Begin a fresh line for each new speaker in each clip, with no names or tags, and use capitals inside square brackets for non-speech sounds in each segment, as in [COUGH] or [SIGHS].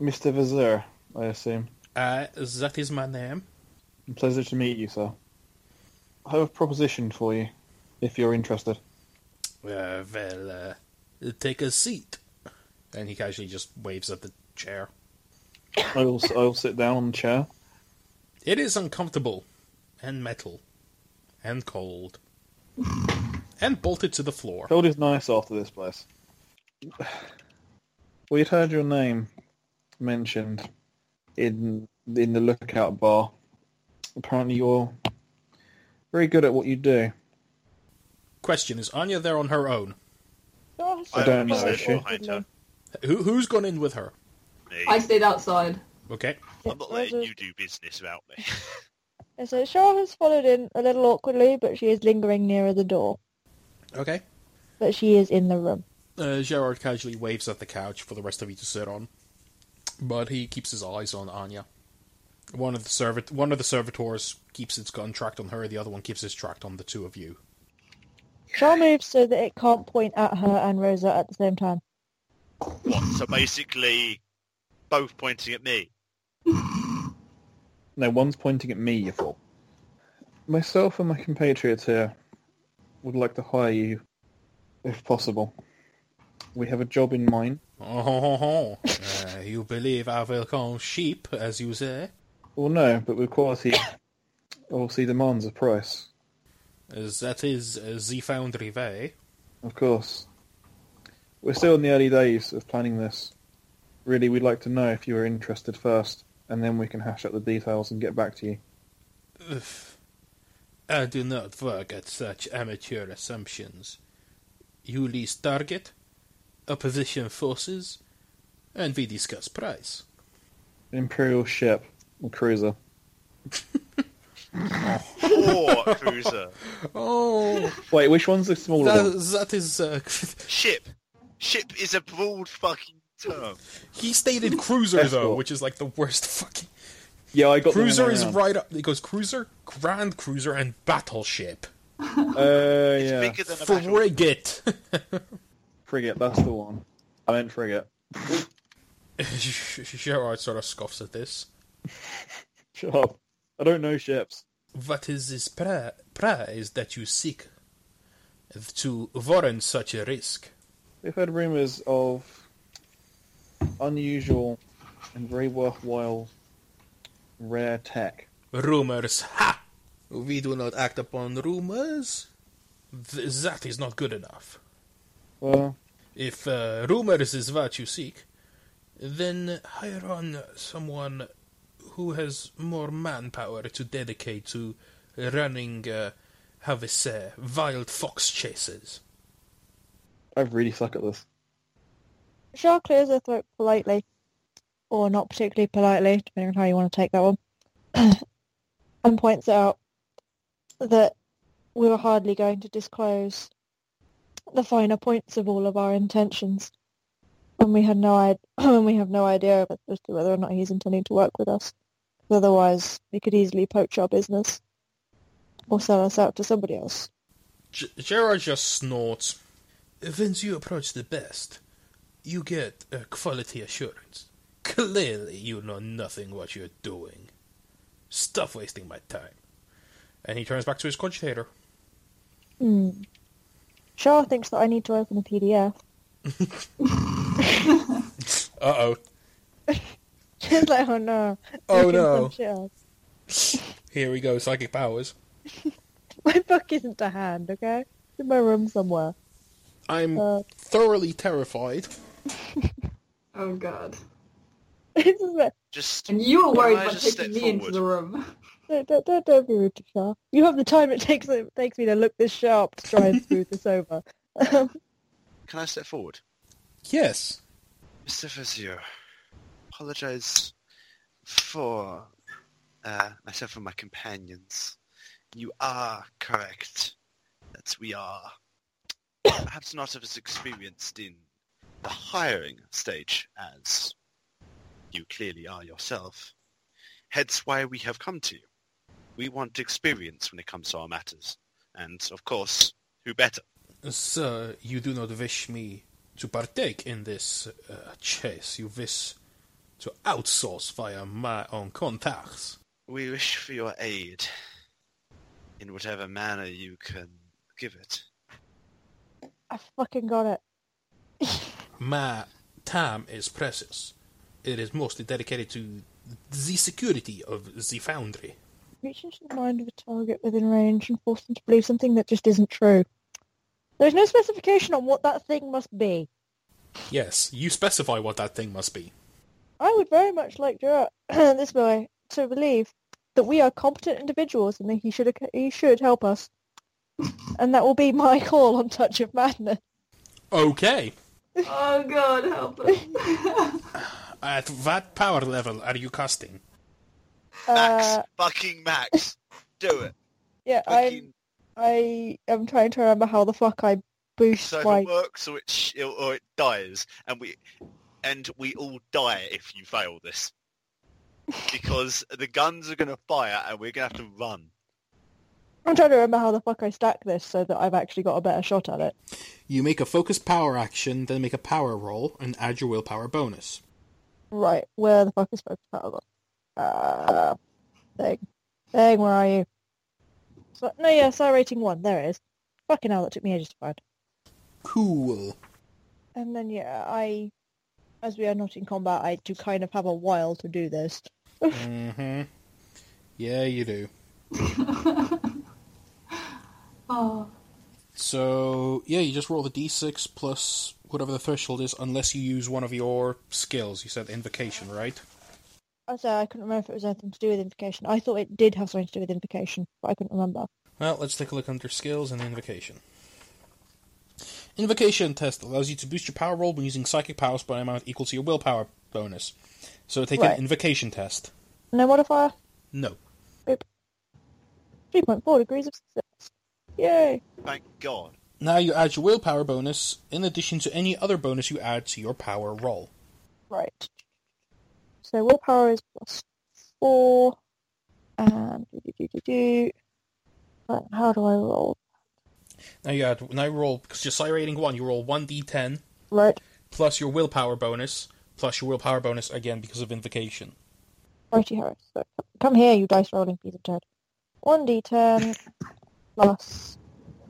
Mr. Vizier, I assume.
Uh, that is my name.
Pleasure to meet you, sir. I have a proposition for you, if you're interested.
Uh, well, uh, take a seat. And he casually just waves at the chair.
I will, I will sit down on the chair.
It is uncomfortable, and metal, and cold, [LAUGHS] and bolted to the floor.
Cold is nice after this place. We had heard your name mentioned in in the lookout bar. Apparently, you're very good at what you do.
Question Is Anya there on her own?
Oh,
I
shit.
don't know,
Oh,
is she?
no.
Who, who's gone in with her?
Me.
I stayed outside.
Okay.
I'm not letting
There's
you do business about me.
a- So Cheryl has followed in a little awkwardly, but she is lingering nearer the door.
Okay.
But she is in the room.
Uh, Gerard casually waves at the couch for the rest of you to sit on, but he keeps his eyes on Anya. One of the servant, one of the servitors keeps its gun tracked on her. The other one keeps his tracked on the two of you.
[SIGHS]
Cheryl moves so that it can't point at her and Rosa at the same time.
what? So basically, both pointing at me.
No, one's pointing at me, you fool. Myself and my compatriots here would like to hire you, if possible. We have a job in mind.
Oh, [LAUGHS] ho, ho, ho. Uh, you believe I will come sheep, as you say?
Well, no, but with quality, obviously demands a price,
As that is uh, the foundry way.
of course. We're still in the early days of planning this. Really, we'd like to know if you are interested first, and then we can hash out the details and get back to you.
Oof. I do not work at such amateur assumptions. You list target, opposition forces, and we discuss price.
An Imperial ship or cruiser. [LAUGHS]
Or cruiser.
Oh,
Wait, which one's the smaller
[LAUGHS] that,
one?
that is. Uh, [LAUGHS]
Ship. Ship is a broad fucking term.
he stated cruiser though,
Escort.
which is like the worst fucking.
Yeah, I got the
Cruiser
wrong
is
one.
right up. It goes cruiser, grand cruiser, and battleship,
Uh,
It's
yeah.
bigger than a battle.
frigate. [LAUGHS]
Frigate, that's the one. I meant frigate.
[LAUGHS] Gerard sort of scoffs at this.
Shut up. I don't know ships.
What is this pra- prize that you seek to warrant such a risk?
We've heard rumours of unusual and very worthwhile rare tech.
Rumors, ha! We do not act upon rumors. Th- that is not good enough.
Well,
If uh, rumors is what you seek, then hire on someone who has more manpower to dedicate to running, uh, how we say, wild fox chases.
I really suck at this.
Cheryl clears her throat politely, or not particularly politely, depending on how you want to take that one, [COUGHS] and points out that we were hardly going to disclose the finer points of all of our intentions, and we had no idea, [COUGHS] and we have no idea as to whether or not he's intending to work with us. 'cause Otherwise, we could easily poach our business or sell us out to somebody else.
G- Gerard just snorts. When you approach the best, you get uh, quality assurance. Clearly, you know nothing what you're doing. Stop wasting my time. And he turns back to his cogitator.
Hmm. Cheryl thinks that I need to open a PDF. [LAUGHS]
Uh oh.
She's like, oh no.
Oh,
Looking
no.
some shit up.
Here we go, psychic powers.
[LAUGHS] My book isn't to hand, okay? It's in my room somewhere. [LAUGHS]
I'm
Uh,
thoroughly terrified.
Oh god.
this is where-
Just
And you were worried
I
about
just
taking me
stepped
into
forward?
the room. [LAUGHS]
don't, don't, don't, don't be rude to Char. You have the time it takes it takes me to look this sharp to try and smooth this over.
Can I step forward?
Yes.
Mr. Vizier, apologize for uh, myself and my companions. You are correct that we are perhaps not as experienced in the hiring stage as you clearly are yourself. Hence why we have come to you. We want experience when it comes to our matters. And, of course, who better?
Sir, you do not wish me to partake in this uh, chase. You wish to outsource via my own contacts.
We wish for your aid in whatever manner you can give it.
I fucking got it.
My time is precious. It is mostly dedicated to the security of the foundry.
Reach into the mind of a target within range and force them to believe something that just isn't true. There's no specification on what that thing must be.
Yes, you specify what that thing must be.
I would very much like Gerard, [CLEARS THROAT] this boy, to believe that we are competent individuals and that he should he should help us. and that will be my [LAUGHS] call on Touch of Madness.
Okay.
Oh god, help [LAUGHS] us.
At what power level are you casting?
Max,
Uh,
fucking Max, do it.
yeah,
Fucking,
[LAUGHS] I'm, I am trying to remember how the fuck I boost
so if
my...
it works or it sh- or it dies, and we and we all die if you fail
[LAUGHS]
this, because the guns are gonna fire and we're gonna have to run.
I'm trying to remember how the fuck I stack this so that I've actually got a better shot at it.
You make a focused power action, then make a power roll and add your willpower bonus.
Right, where the fuck is focus power gone? Uh, thing. Thing, where are you? So, no, yeah, star rating 1, there it is. Fucking hell, that took me ages to find.
Cool.
And then, yeah, I... As we are not in combat, I do kind of have a while to do this.
Mm-hmm. Yeah, you do.
oh,
So yeah, you just roll the d6 plus whatever the threshold is, unless you use one of your skills. You said invocation, right?
I say I couldn't remember if it was anything to do with invocation. I thought it did have something to do with invocation, but I couldn't remember.
Well, let's take a look under skills and invocation. Invocation test allows you to boost your power roll when using psychic powers by an amount equal to your willpower bonus. So take
Right.
an invocation test.
No modifier?
No.
3.4 degrees of success. Yay!
Thank God.
Now you add your willpower bonus in addition to any other bonus you add to your power roll.
Right. So willpower is plus four. And do, do, do, do, do. But how do I roll?
Now you add now you roll because you're psi rating one. You roll one d10
Right.
plus your willpower bonus plus your willpower bonus again because of invocation.
Righty ho. So come here, you dice rolling piece of turd. One d10 plus.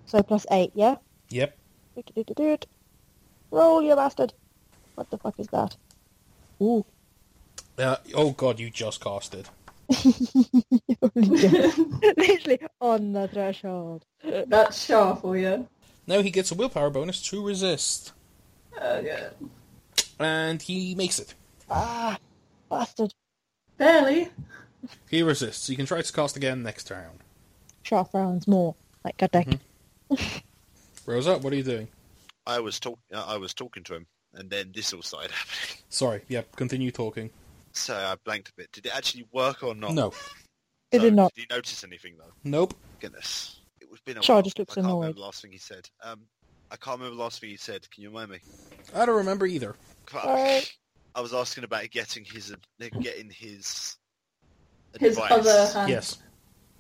So plus eight, yeah.
Yep.
Do, do, do, do, do. Roll, you bastard. What the fuck is that? [LAUGHS] Ooh.
Uh, oh god, you just casted.
Literally on the threshold.
that's sharp for you.
Now he gets a willpower bonus to resist,
Oh god.
and he makes it.
Ah, bastard.
Barely.
He resists. You can try to cast again next turn.
Sharp rounds more. Like goddamn.
Mm-hmm. Rosa, what are you doing?
I was talk- uh, I was talking to him, and then this all started [LAUGHS] happening.
Sorry. Yep. Continue talking.
So I blanked a bit. Did it actually work or not?
No.
It did
So,
not.
Did you notice anything though?
Nope.
Goodness, it was been a
Shaw
while.
just looks
I can't
annoyed.
remember the last thing he said. Um, I can't remember the last thing he said. Can you remind me?
I don't remember either.
Fuck.
Alright.
I was asking about getting his uh, getting his
His
advice.
other hand.
Yes.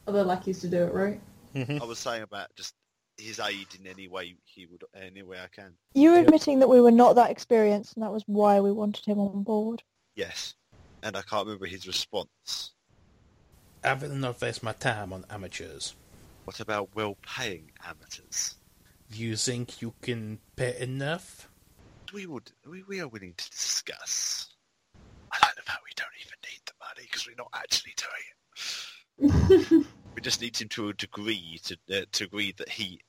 Other like used to do it, right? [LAUGHS]
Mm-hmm.
I was saying about just his aid in any way he would, any way I can.
You were
Yep.
admitting that we were not that experienced, and that was why we wanted him on board.
Yes, and I can't remember his response.
I will not waste my time on amateurs.
What about well-paying amateurs?
You think you can pay enough?
We would, we, we are willing to discuss. I like the fact we don't even need the money because we're not actually doing it. we just need him to a degree to uh, to agree that he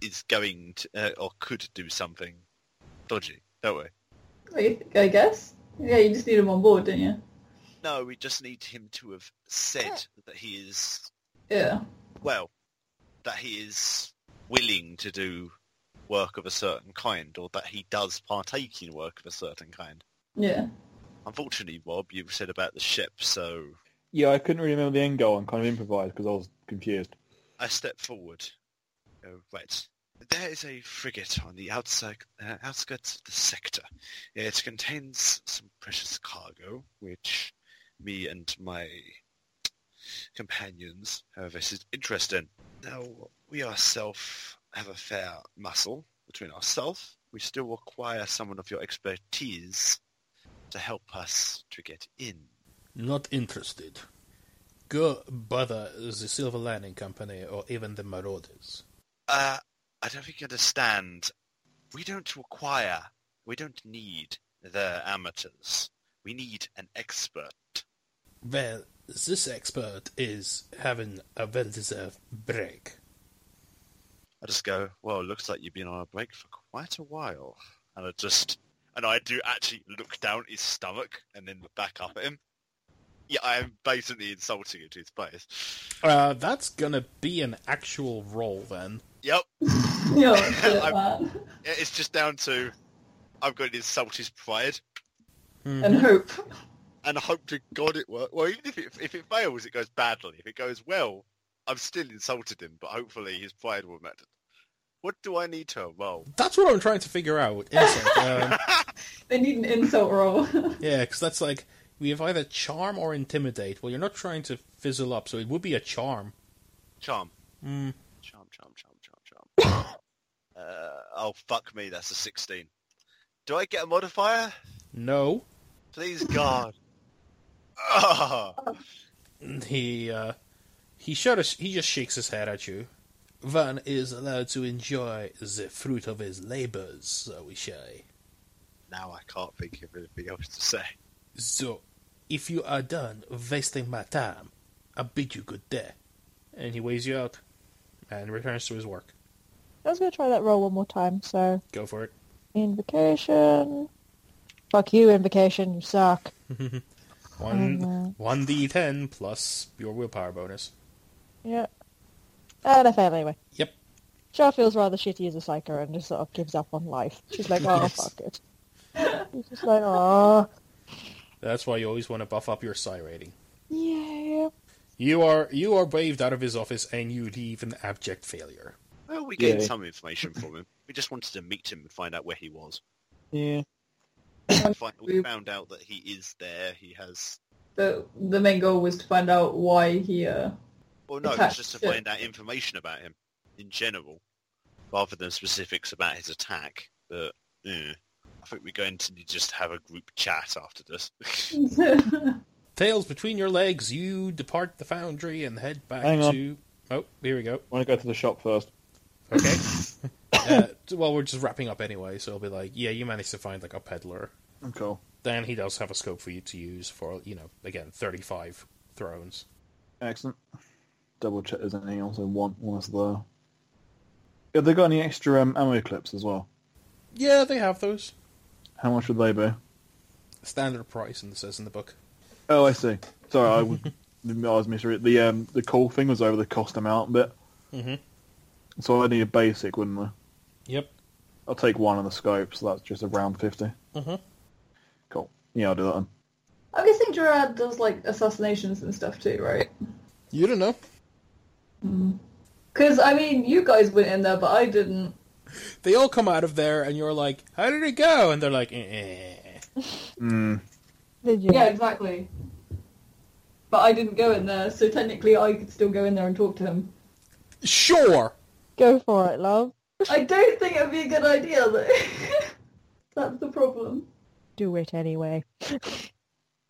is going to uh, or could do something dodgy, don't we?
I I guess. Yeah, you just need him on board, don't you?
No, we just need him to have said that he is
Yeah.
well, that he is willing to do work of a certain kind, or that he does partake in work of a certain kind.
Yeah. [LAUGHS]
Unfortunately, Rob, you've said about the ship, so
Yeah, I couldn't really remember the end goal and kind of improvised because I was confused.
I step forward. Uh, right. There is a frigate on the outside, uh, outskirts of the sector. It contains some precious cargo, which me and my companions have a s- interest in. Now, we ourselves have a fair muscle between ourselves. We still require someone of your expertise to help us to get in.
Not interested. Go bother the Silver Lining Company or even the Marauders.
Uh, I don't think you understand. We don't require, we don't need the amateurs. We need an expert.
Well, this expert is having a well-deserved break.
I just go, well, it looks like you've been on a break for quite a while. And I just, and I do actually look down at his stomach and then look back up at him. Yeah, I am basically insulting him to his face.
Uh, that's gonna be an actual roll then.
Yep, [LAUGHS]
You're a shit,
I'm-
man.
it- it's just down to I'm going to insult his pride
And hope.
and hope to God it works. Well, even if it, if it fails, it goes badly. If it goes well, I've still insulted him, but hopefully his pride will matter. What do I need to roll?
That's what I'm trying to figure out. Insult. Um, [LAUGHS]
They need an insult roll.
yeah, because that's like we have either charm or intimidate. Well, you're not trying to fizzle up, so it would be a charm.
Charm.
Mm.
Charm, charm, charm, charm, charm. uh, oh, fuck me, that's a 16. Do I get a modifier?
No,
Please, God. Ah,
he uh, he shudders. He just shakes his head at you. Van is allowed to enjoy the fruit of his labors, so we say.
now I can't think of anything else to say.
So, if you are done wasting my time, I bid you good day. And he waves you out, and returns to his work.
I was going to try that roll one more time, so...
Go for it.
Invocation. Fuck you, Invocation. You suck. uh,
One one d ten plus your willpower bonus.
Yeah. And I fail anyway.
Yep.
Char feels rather shitty as a psycho and just sort of gives up on life. She's like,
[LAUGHS]
oh,
Yes.
fuck it. She's just like, oh,
That's why you always want to buff up your psi rating.
yeah.
You are you are waved out of his office and you leave an abject failure.
Well, we gained
Yeah.
some information from him. We just wanted to meet him and find out where he was.
Yeah.
We fi- We
We-
found out that he is there. He has.
[LAUGHS] the the main goal was to find out why he uh [LAUGHS]
Well, no,
Attack,
it's just to
yeah.
find out information about him in general, rather than specifics about his attack. But yeah, I think we're going to just have a group chat after this. [LAUGHS]
Tails between your legs, you depart the foundry and head back
Hang on.
to. Oh, here we go.
I want to go to the shop first.
[LAUGHS] Okay. uh, well, we're just wrapping up anyway, so it'll be like, yeah, you managed to find like a peddler.
Cool.
Then he does have a scope for you to use for, you know, again, thirty-five thrones.
Excellent. Double check there's anything else I want whilst there. Have they got any extra um, ammo clips as well?
Yeah, they have those
How much would they be?
standard price, and it says in the book.
Oh, I see. Sorry, I, was- [LAUGHS] I was misreading. The um, the call thing was over the cost amount bit,
Mhm.
so I'd need a basic, wouldn't I?
Yep.
I'll take one on the scope, so that's just around 50
Mhm.
Cool. Yeah, I'll do that. Then.
I'm guessing Gerard does like assassinations and stuff too, right?
You don't know.
Because I mean, you guys went in there, but I didn't.
They all come out of there, and you're like, "How did it go?" And they're like, eh.
Mm,
Did you?
Yeah, exactly. But I didn't go in there, so technically I could still go in there and talk to him.
"Sure."
Go for it, love.
[LAUGHS] I don't think it'd be a good idea though. [LAUGHS] That's the problem.
Do it anyway. [LAUGHS]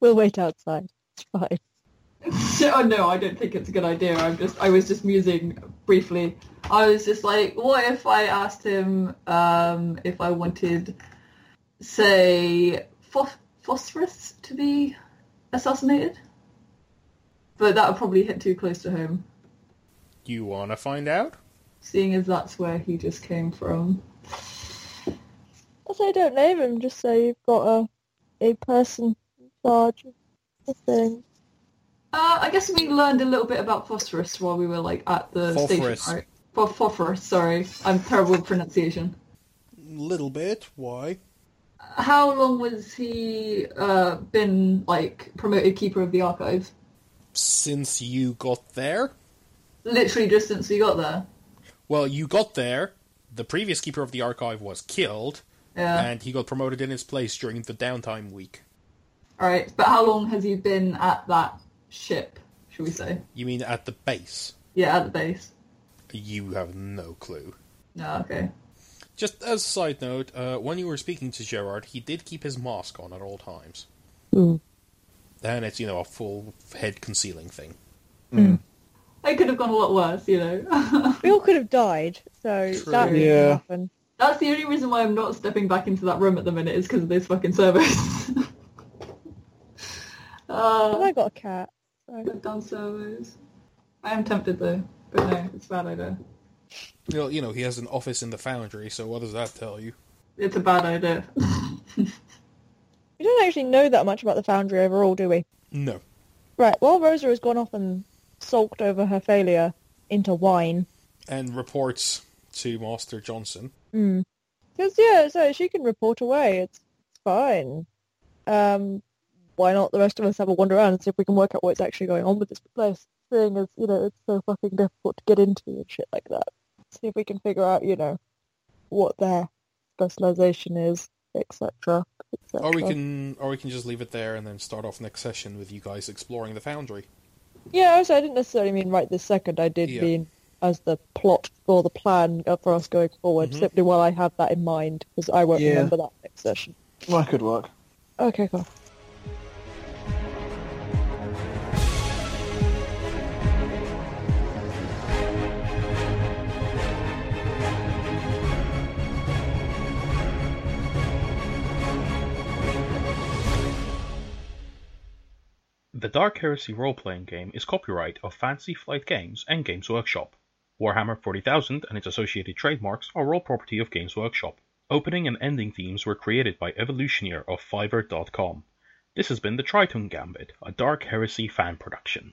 we'll wait outside. It's fine.
So, [LAUGHS] oh no, I don't think it's a good idea. I'm just, I was just musing briefly. I was just like, what if I asked him um, if I wanted, say, pho- phosphorus to be assassinated? But that would probably hit too close to home,
You wanna find out?
seeing as that's where he just came from.
Also, don't name him, just so you've got a, a person in charge of the thing.
Uh, I guess we learned a little bit about phosphorus while we were like at the
Phosphorus.
station. Right? Pho- Phosphorus, sorry, I'm terrible at pronunciation.
Little bit. Why?
How long was he uh, been like promoted keeper of the archive?
Since you got there,
Literally just since we got there.
Well, you got there. The previous keeper of the archive was killed,
Yeah.
and he got promoted in his place during the downtime week.
All right. But how long has he been at that ship? Should we say?
You mean at the base?
Yeah, at the base.
You have no clue.
No. Okay.
Just as a side note, uh, when you were speaking to Gerard, he did keep his mask on at all times.
Mm.
And it's, you know, a full head concealing thing.
It could have gone a lot worse, you know. [LAUGHS]
We all could have died, so
True.
that didn't
Yeah.
happen.
That's the only reason why I'm not stepping back into that room at the minute is because of those fucking servers.
And
[LAUGHS] uh,
I got a cat. So.
I've done servers. I am tempted though, but no, it's a bad idea.
You know, you know, he has an office in the foundry, so what does that tell you?
It's a bad idea. [LAUGHS]
We don't actually know that much about the Foundry overall, do we?
No.
Right, well, Rosa has gone off and sulked over her failure into wine.
And reports to Master Johnson.
Because, yeah, so she can report away. It's, it's fine. Um, why not the rest of us have a wander around and see if we can work out what's actually going on with this place? Seeing as, you know, it's so fucking difficult to get into and shit like that. See if we can figure out, you know, what their specialisation is, etc., etc.
Or we can or we can just leave it there and then start off next session with you guys exploring the foundry.
Yeah, also, I didn't necessarily mean right this second. I did
Yeah.
mean as the plot or the plan uh, for us going forward, simply while I have that in mind, because I won't
Yeah.
remember that next session.
That could work.
Okay, cool.
The Dark Heresy role-playing game is copyright of Fancy Flight Games and Games Workshop. Warhammer 40,000 and its associated trademarks are all property of Games Workshop. Opening and ending themes were created by Evolutioneer of Fiverr.com. This has been the Triton Gambit, a Dark Heresy fan production.